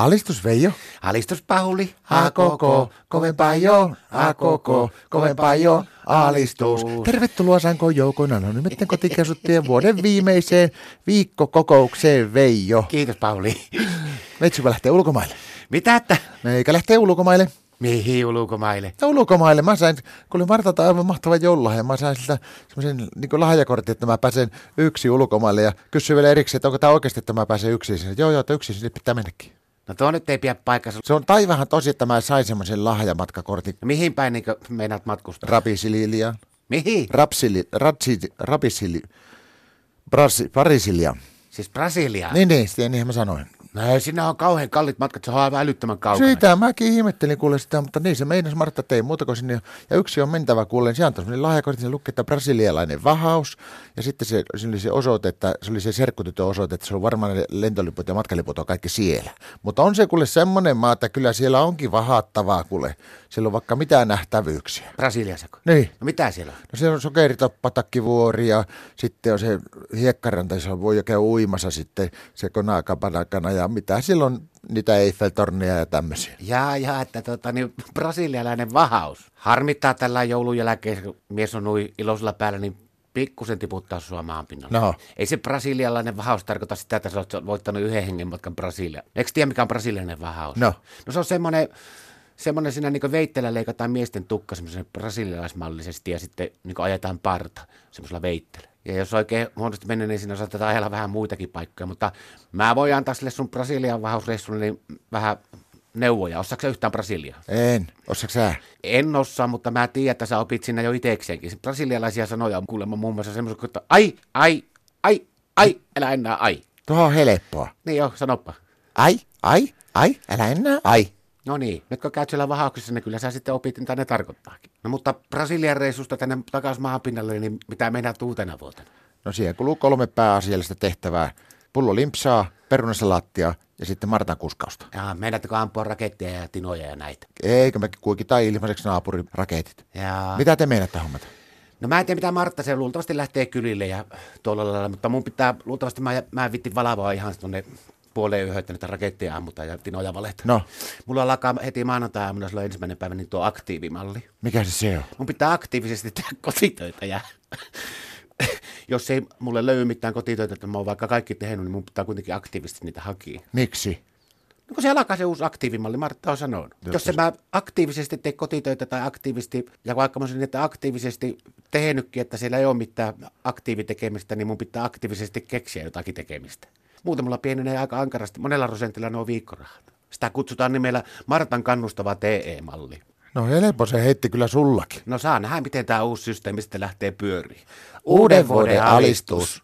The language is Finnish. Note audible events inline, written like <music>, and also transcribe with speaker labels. Speaker 1: Alistus Veijo.
Speaker 2: Alistus Pauli,
Speaker 1: kovempaa jo, Tervetuloa Sankoon joukon anonymitten kotikäsuttien vuoden viimeiseen viikkokokoukseen Veijo.
Speaker 2: Kiitos Pauli. <laughs>
Speaker 1: Meitsikö lähtee ulkomaille?
Speaker 2: Mitä että?
Speaker 1: Meikä lähtee ulkomaille.
Speaker 2: Mihin ulkomaille?
Speaker 1: Ja ulkomaille. Mä sain, kun oli Martalta aivan mahtava joululahja, mä sain siltä semmoisen niin lahjakortin, että mä pääsen yksi ulkomaille ja kysyin vielä erikseen, että onko tämä oikeasti, että mä pääsen yksin sinne. Joo, joo, että yksin sinne pitää mennäkin.
Speaker 2: No tuo nyt ei pidä paikkansa.
Speaker 1: Se on taivahan tosi, että mä sain semmoisen lahjamatkakortin
Speaker 2: No Mihin päin niin meinaat matkustaa?
Speaker 1: rapisiliiliaan.
Speaker 2: Mihin?
Speaker 1: Rapsili, ratsi, rapisili, brasi, parisilia.
Speaker 2: Siis Brasiliaan.
Speaker 1: Niin, niin, sitä, niinhän mä sanoin.
Speaker 2: No ei, sinne on kauhean kallit matkat, se on aivan älyttömän kaukana.
Speaker 1: Siitä mäkin ihmettelin kuule sitä, mutta niin se meinas Martta tei muuta kuin sinne. Ja yksi on mentävä kuulen, se antoi sellainen lahjakortti, se luki, että brasilialainen vahaus. Ja sitten se, se oli se osoite, että se oli se serkkutytön osoite, että se on varmaan ne lentoliput ja matkaliput on kaikki siellä. Mutta on se kuule semmoinen maa, että kyllä siellä onkin vahattavaa kuule. Siellä on vaikka mitään nähtävyyksiä.
Speaker 2: Brasiliasako?
Speaker 1: Niin.
Speaker 2: No mitä siellä on?
Speaker 1: No siellä on sokeritoppatakkivuori ja sitten on se hiekkaranta, jossa voi jo käydä uimassa sitten se konakapanakana ja mitä silloin niitä Eiffeltornia ja tämmöisiä.
Speaker 2: Jaa, jaa, että tota, niin brasilialainen vahaus. Harmittaa tällä joulun jälkeen, kun mies on nui iloisella päällä, niin pikkusen tiputtaa sua maanpinnalle.
Speaker 1: No.
Speaker 2: Ei se brasilialainen vahaus tarkoita sitä, että sä oot voittanut yhden hengen matkan Brasilia. Eikö tiedä, mikä on brasilialainen vahaus?
Speaker 1: No.
Speaker 2: No se on semmoinen, semmoinen siinä niin veitteellä leikataan miesten tukka semmoisen brasilialaismallisesti ja sitten niin ajetaan parta semmoisella veitteellä. Ja jos oikein huonosti menee, niin siinä saattaa ajella vähän muitakin paikkoja, mutta mä voin antaa sille sun Brasilian vahausreissulle niin vähän neuvoja. Osaatko sä yhtään Brasiliaa?
Speaker 1: En, osaatko sä?
Speaker 2: En osaa, mutta mä tiedän, että sä opit siinä jo itsekseenkin. Brasilialaisia sanoja on kuulemma muun muassa semmoisia, kun, että ai, ai, ai, ai, älä enää ai.
Speaker 1: Tuohon on helppoa.
Speaker 2: Niin joo, sanoppa.
Speaker 1: Ai, ai, ai, älä enää, ai.
Speaker 2: No niin, nyt kun käyt siellä vahauksessa, niin kyllä sä sitten opit, mitä ne tarkoittaakin. No mutta Brasilian reissusta tänne takaisin maapinnalle, niin mitä mennään uutena vuotena?
Speaker 1: No siihen kuluu kolme pääasiallista tehtävää. Pullo limpsaa, perunasalaattia ja sitten Martan kuskausta.
Speaker 2: Jaa, meinaatteko ampua raketteja ja tinoja ja näitä?
Speaker 1: Eikö me kuikitaan ilmaiseksi naapurin raketit?
Speaker 2: Jaa.
Speaker 1: Mitä te meinaatte hommata?
Speaker 2: No mä en tiedä mitä Martta se luultavasti lähtee kylille ja tuolla lailla, mutta mun pitää luultavasti, mä, mä en vitti valavoa ihan tuonne puoleen yöhön, että niitä raketteja ammutaan ja tinoja valehtaa.
Speaker 1: No.
Speaker 2: Mulla alkaa heti maanantai-aamuna silloin ensimmäinen päivä niin tuo aktiivimalli.
Speaker 1: Mikä se se on?
Speaker 2: Mun pitää aktiivisesti tehdä kotitöitä ja <laughs> jos ei mulle löydy mitään kotitöitä, että mä oon vaikka kaikki tehnyt, niin mun pitää kuitenkin aktiivisesti niitä hakia.
Speaker 1: Miksi?
Speaker 2: No kun se alkaa se uusi aktiivimalli, Martta on sanonut. Jos, se mä aktiivisesti tee kotitöitä tai aktiivisesti, ja vaikka mä olisin, niin, että aktiivisesti tehnytkin, että siellä ei ole mitään aktiivitekemistä, niin mun pitää aktiivisesti keksiä jotakin tekemistä. Muuten mulla pienenee aika ankarasti, monella prosentilla nuo viikkorahat. Sitä kutsutaan nimellä Martan kannustava TE-malli.
Speaker 1: No helppo se heitti kyllä sullakin.
Speaker 2: No saa nähdä, miten tämä uusi systeemi sitten lähtee pyöriin.
Speaker 1: Uuden vuoden alistus.